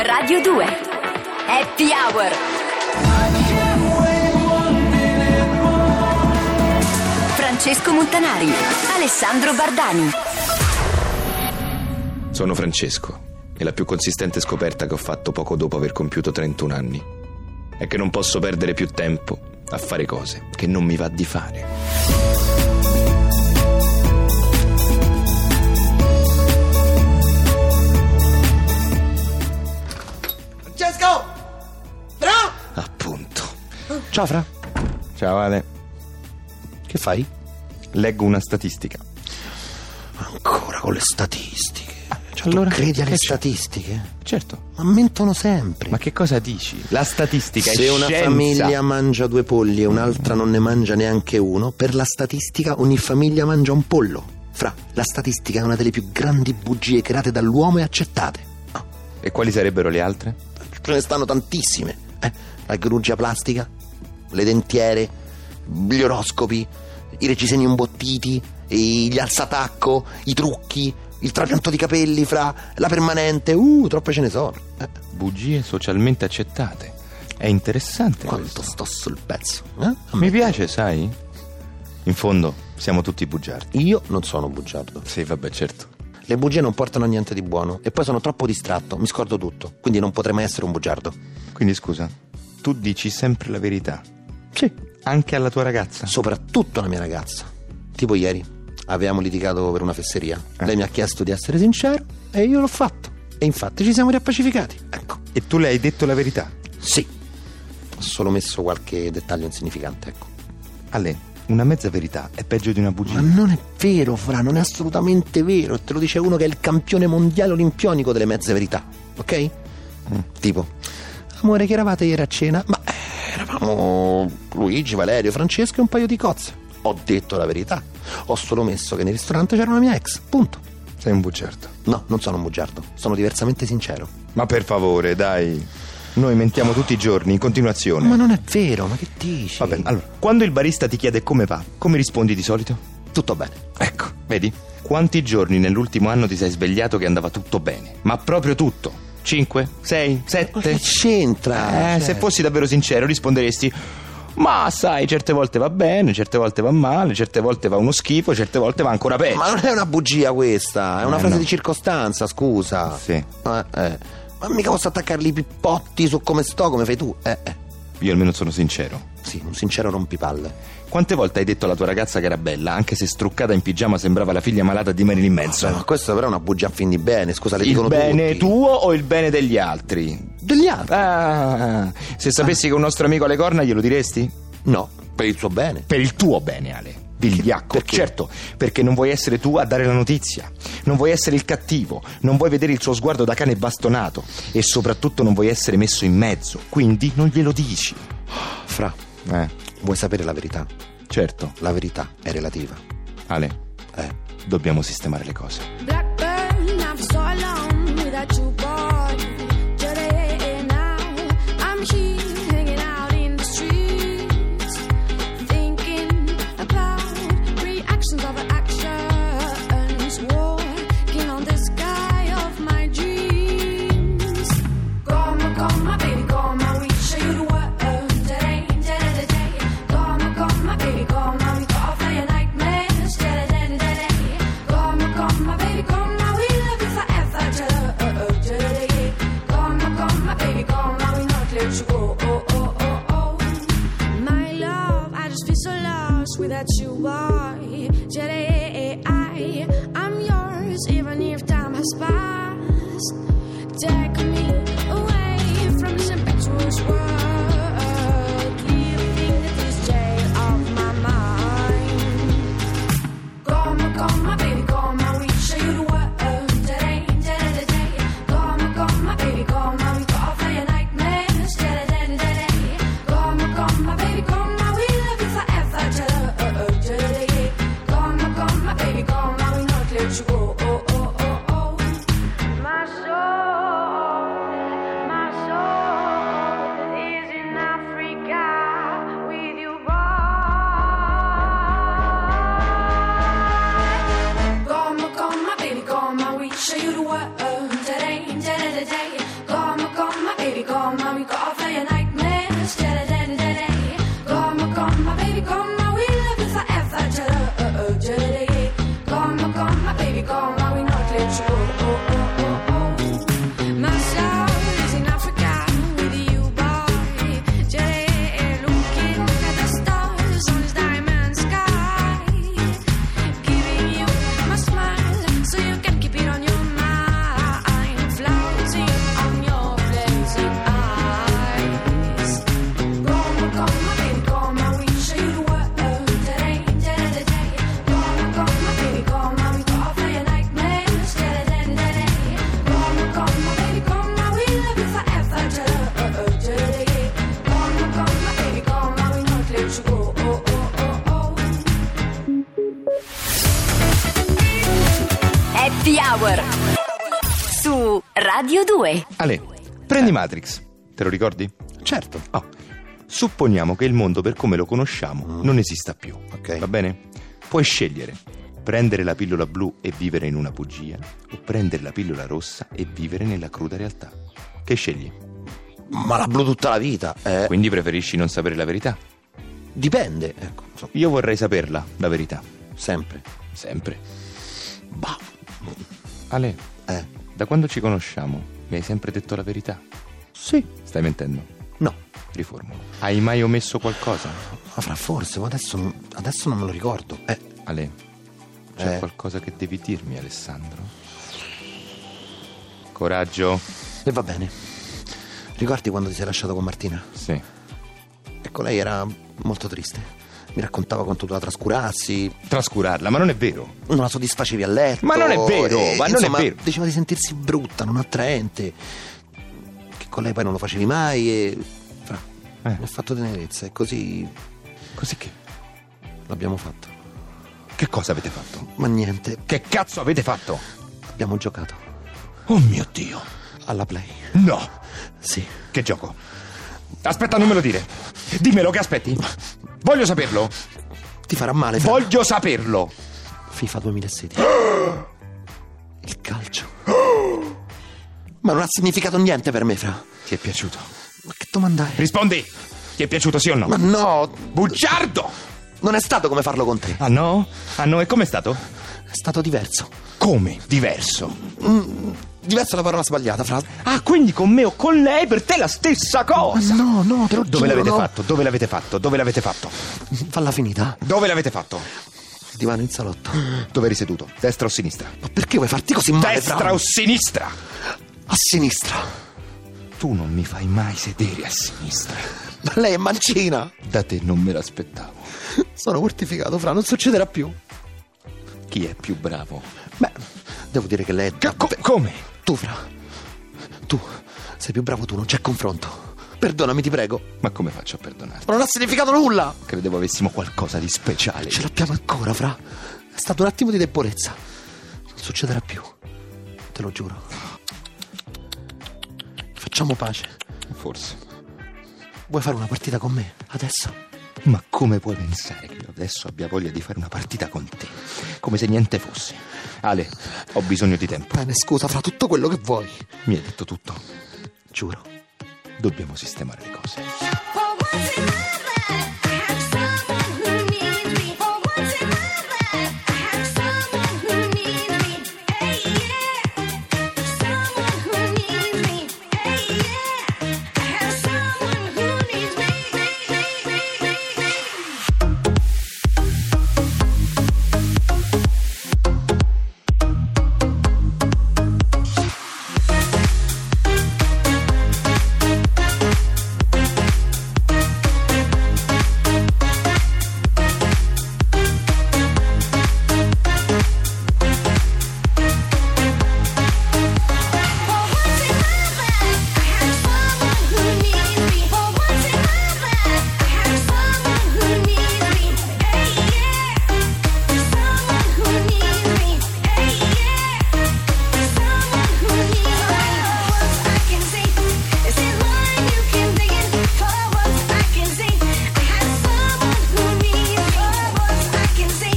Radio 2 Happy Hour Francesco Montanari Alessandro Bardani Sono Francesco e la più consistente scoperta che ho fatto poco dopo aver compiuto 31 anni è che non posso perdere più tempo a fare cose che non mi va di fare. Francesco! Fra! Appunto. Ciao Fra. Ciao Ale, Che fai? leggo una statistica. Ancora con le statistiche. Cioè, allora, tu credi alle che c'è? statistiche? Certo. Ma mentono sempre. Ma che cosa dici? La statistica Se è una scienza. famiglia mangia due polli e un'altra non ne mangia neanche uno, per la statistica ogni famiglia mangia un pollo. Fra, la statistica è una delle più grandi bugie create dall'uomo e accettate. Ah, E quali sarebbero le altre? ce ne stanno tantissime. Eh, la chirurgia plastica, le dentiere, gli oroscopi, i reggiseni imbottiti, i- gli alzatacco, i trucchi, il trapianto di capelli, fra, la permanente. Uh, troppe ce ne sono. Eh. Bugie socialmente accettate. È interessante Quanto questo. sto sul pezzo? eh? Mi piace, sai? In fondo siamo tutti bugiardi. Io non sono bugiardo. Sì, vabbè, certo. Le bugie non portano a niente di buono e poi sono troppo distratto, mi scordo tutto, quindi non potrei mai essere un bugiardo. Quindi scusa, tu dici sempre la verità, Sì. anche alla tua ragazza. Soprattutto la mia ragazza. Tipo ieri, avevamo litigato per una fesseria. Lei mi ha chiesto di essere sincero e io l'ho fatto. E infatti ci siamo riappacificati. Ecco. E tu le hai detto la verità. Sì. Ho solo messo qualche dettaglio insignificante, ecco. Ale, una mezza verità è peggio di una Ma bugia. non è vero, Fra, non è assolutamente vero. Te lo dice uno che è il campione mondiale olimpionico delle mezze verità, ok? Mm, Tipo, amore, che eravate ieri a cena? Ma eh, eravamo Luigi, Valerio, Francesco e un paio di cozze. Ho detto la verità. Ho solo messo che nel ristorante c'era una mia ex, punto. Sei un bugiardo. No, non sono un bugiardo, sono diversamente sincero. Ma per favore, dai. Noi mentiamo tutti i giorni, in continuazione. Ma non è vero, ma che dici? Va bene, allora, quando il barista ti chiede come va, come rispondi di solito? tutto bene. Ecco, vedi? Quanti giorni nell'ultimo anno ti sei svegliato che andava tutto bene? Ma proprio tutto? 5? 6? Ma 7? che c'entra? Eh, Cioè, se fossi davvero sincero risponderesti ma sai, certe volte va bene, certe volte va male, certe volte va uno schifo, certe volte va ancora peggio. Ma non è una bugia questa, è una Eh, frase no. di circostanza, scusa. Sì. Eh, eh. Ma mica posso attaccarli i pippotti su come sto, come fai tu. Eh, eh. Io almeno sono sincero. Sì, un sincero rompipalle. Quante volte hai detto alla tua ragazza che era bella, anche se struccata in pigiama sembrava la figlia malata di Marilyn Cioè, Manson? ma questa però è una bugia a fin di bene, scusa, le il dicono bene tutti. tuo o il bene degli altri? Degli altri? Ah, se sapessi che un nostro amico ha le corna, glielo diresti? No, per il suo bene. Per il tuo bene, Ale. Vigliacco, certo, perché non vuoi essere tu a dare la notizia, non vuoi essere il cattivo, non vuoi vedere il suo sguardo da cane bastonato e soprattutto non vuoi essere messo in mezzo, quindi non glielo dici. Fra, Eh, vuoi sapere la verità? certo. La verità è relativa. Ale, Eh. dobbiamo sistemare le cose. Blackburn, I'm so alone without you, boy. Today now, I'm here hanging out in the streets, thinking about reactions of actions, walking on the sky of my dreams. Call my, call my baby, call my week, show you the world today, today, today. Call my, call my baby, call my week, all for your nightmares, today, today, today. Call my, call my baby, call my we love you forever, today, today. Call my, call my baby, call my we not let you go, oh, oh, oh, oh. My love, I just feel so lost without you, boy. Today, I, I'm yours, even if time has passed. Take me away from this impetuous world, living in this jail of my mind. Call me, call my baby, call my we show you the world today, today, today. Call me, call my baby, call my we call for your nightmares, today, today, today. Call me, call my baby, call my we love you forever, today, today, today. Call me, call my baby, call my we not let you go, oh, oh, oh, oh. My soul, my soul is in Africa with you, boy. Call me, call my baby, call my we show you the world today, today, today. Call me, call Oh, due. Ale, prendi Matrix. Te lo ricordi? Certo. Oh, supponiamo che il mondo per come lo conosciamo non esista più. Ok. Va bene? Puoi scegliere prendere la pillola blu e vivere in una bugia o prendere la pillola rossa e vivere nella cruda realtà. Che scegli? Ma la blu tutta la vita. eh, Quindi preferisci non sapere la verità? dipende, ecco, insomma, Io vorrei saperla, la verità. sempre. Sempre. Bah, Ale, eh. da quando ci conosciamo mi hai sempre detto la verità. Sì. Stai mentendo? No. Riformulo. Hai mai omesso qualcosa? Ma fra forse, ma adesso, non- adesso non me lo ricordo. Eh, Ale, c'è Eh. qualcosa che devi dirmi, Alessandro? Coraggio. e va bene. Ricordi quando ti sei lasciato con Martina? Sì. Ecco, lei era molto triste. Mi raccontava quanto tu la trascurassi, Trascurarla, ma non è vero. non la soddisfacevi a letto. Ma non è vero, ma non è insomma, vero. Diceva di sentirsi brutta, non attraente. Che con lei poi non lo facevi mai e. Fra, Eh. mi ha fatto tenerezza e così Così che? l'abbiamo fatto. Che cosa avete fatto? Ma niente, Che cazzo avete fatto? abbiamo giocato Oh mio Dio. alla play. No. Sì. Che gioco? Aspetta, non me lo dire. Dimmelo che aspetti. Voglio saperlo. Ti farà male. Fra. Voglio saperlo. FIFA 2016. Il calcio. Ma non ha significato niente per me, Fra. Ma Ti è piaciuto? che domanda è? Rispondi. Ti è piaciuto sì o no? Ma no, Bugiardo! non è stato come farlo con te. Ah no? Ah no, e com'è stato? È stato diverso. Come? Diverso. Diverso è la parola sbagliata, Fra. Ah, quindi con me o con lei per te è la stessa cosa. No, no, te lo Dove giuro, l'avete no. fatto? Dove l'avete fatto? Dove l'avete fatto? Falla finita. Dove l'avete fatto? Il divano in salotto. Ma Dove eri seduto? Destra o sinistra? perché vuoi farti così male, Destra Fra? o sinistra? A sinistra. Tu non mi fai mai sedere a sinistra. Ma lei è mancina. Da te non me l'aspettavo. Sono mortificato, Fra. Non succederà più. Chi è più bravo? Beh, devo dire che lei è... Co- come? Tu, Fra. Tu sei più bravo tu, non c'è confronto. Perdonami, ti prego. Ma come faccio a perdonarti? Ma non ha significato nulla! Credevo avessimo qualcosa di speciale. Ce l'abbiamo ancora, Fra. È stato un attimo di debolezza. Non succederà più. Te lo giuro. Facciamo pace. Forse. Vuoi fare una partita con me? Adesso? Ma come puoi pensare che io adesso abbia voglia di fare una partita con te? Come se niente fosse. Ale, ho bisogno di tempo. Bene, scusa, Fra, tutto quello che vuoi. Mi hai detto tutto. Giuro. Dobbiamo sistemare le cose. For once in my life, I have someone who needs me. For once in my life, I have someone who needs me. Hey yeah, someone who needs me. Hey yeah, I have someone who needs me. For once in my life, I have someone who needs me. For once in my life, I have someone who needs me. Hey yeah, someone who needs me. Hey yeah, someone who needs me. For once I can see, it's in line you can dig it. For once I can see, I have someone who needs me. For once I can see,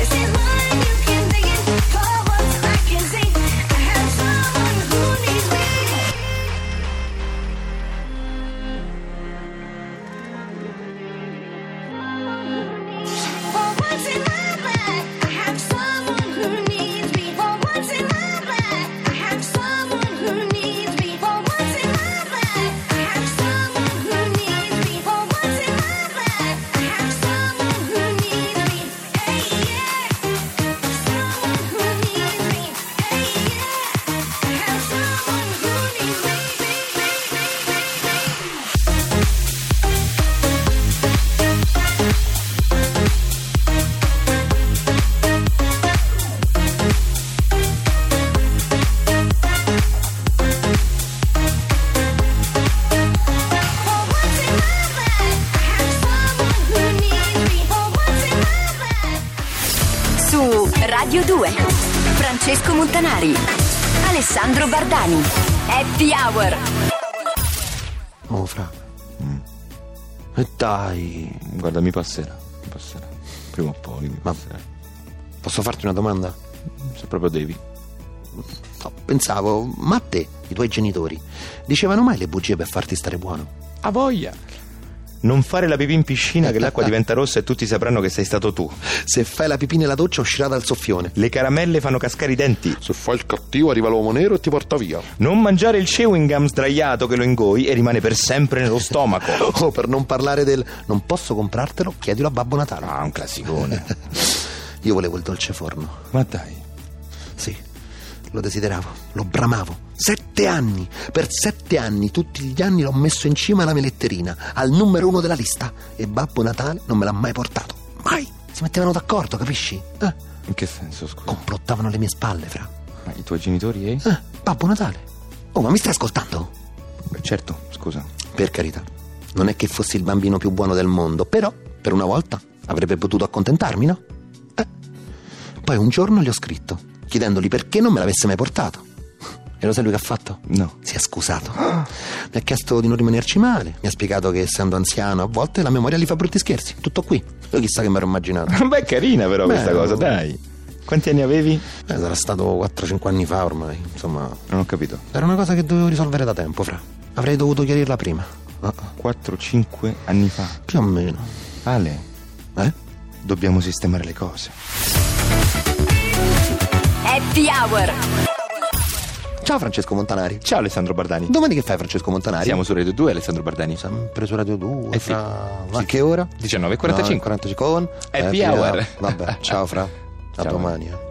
it's in line you can dig it. For once I can see, I have someone who needs me. For once in my life, I have someone who needs me. For once in my life, I have someone who needs me. For once in my life, I have someone who needs me. For once in my life, I have someone who needs me. Hey yeah, someone who needs me. Hey yeah, I have someone who needs me. For once in my life, I have someone who needs me. For once in my life. Su Radio 2. Francesco Montanari. Alessandro Bardani. Happy Hour Oh, fra. E dai, Guarda, mi passerà. Mi passerà. Prima o poi mi Ma- passerà. posso farti una domanda? Se proprio devi. No, pensavo, ma te, i tuoi genitori, dicevano mai le bugie per farti stare buono? A voglia. Non fare la pipì in piscina che l'acqua diventa rossa e tutti sapranno che sei stato tu. Se fai la pipì nella doccia uscirà dal soffione. Le caramelle fanno cascare i denti. Se fai il cattivo arriva l'uomo nero e ti porta via. Non mangiare il chewing gum sdraiato che lo ingoi e rimane per sempre nello stomaco. Oh, per non parlare del non posso comprartelo, chiedilo a Babbo Natale. Ah, un classicone. Io volevo il dolce forno. Ma dai. Sì, lo desideravo, lo bramavo. Sette anni, per sette anni, tutti gli anni l'ho messo in cima alla meletterina, al numero uno della lista. E Babbo Natale non me l'ha mai portato. Mai! Si mettevano d'accordo, capisci? Eh, In che senso, scusa? complottavano alle mie spalle, fra. Ma i tuoi genitori eh? Eh, Babbo Natale. Oh, ma mi stai ascoltando? Beh, certo, scusa. Per carità, non è che fossi il bambino più buono del mondo, però, per una volta, avrebbe potuto accontentarmi, no? Eh. Poi un giorno gli ho scritto, chiedendogli perché non me l'avesse mai portato. E lo sai lui che ha fatto? No. Si è scusato. Mi ha chiesto di non rimanerci male, mi ha spiegato che essendo anziano a volte la memoria gli fa brutti scherzi. Tutto qui. Io chissà che mi ero immaginato. Beh, è carina però Beh, questa cosa, no. dai. Quanti anni avevi? Eh, sarà stato 4-5 anni fa ormai, insomma. Non ho capito. Era una cosa che dovevo risolvere da tempo, fra. Avrei dovuto chiarirla prima. Ah, ah, 4-5 anni fa. più o meno. Ale, Eh? dobbiamo sistemare le cose. Happy Hour Ciao Francesco Montanari. Ciao Alessandro Bardani. Domani che fai Francesco Montanari? Siamo su Radio 2, Alessandro Bardani. sempre su Radio 2. Eh sì. fra- Sì. Diciamo, A che ora? 19.45. 45 con eh, Happy hour. Vabbè, ciao Fra. A Ciao. domani. eh.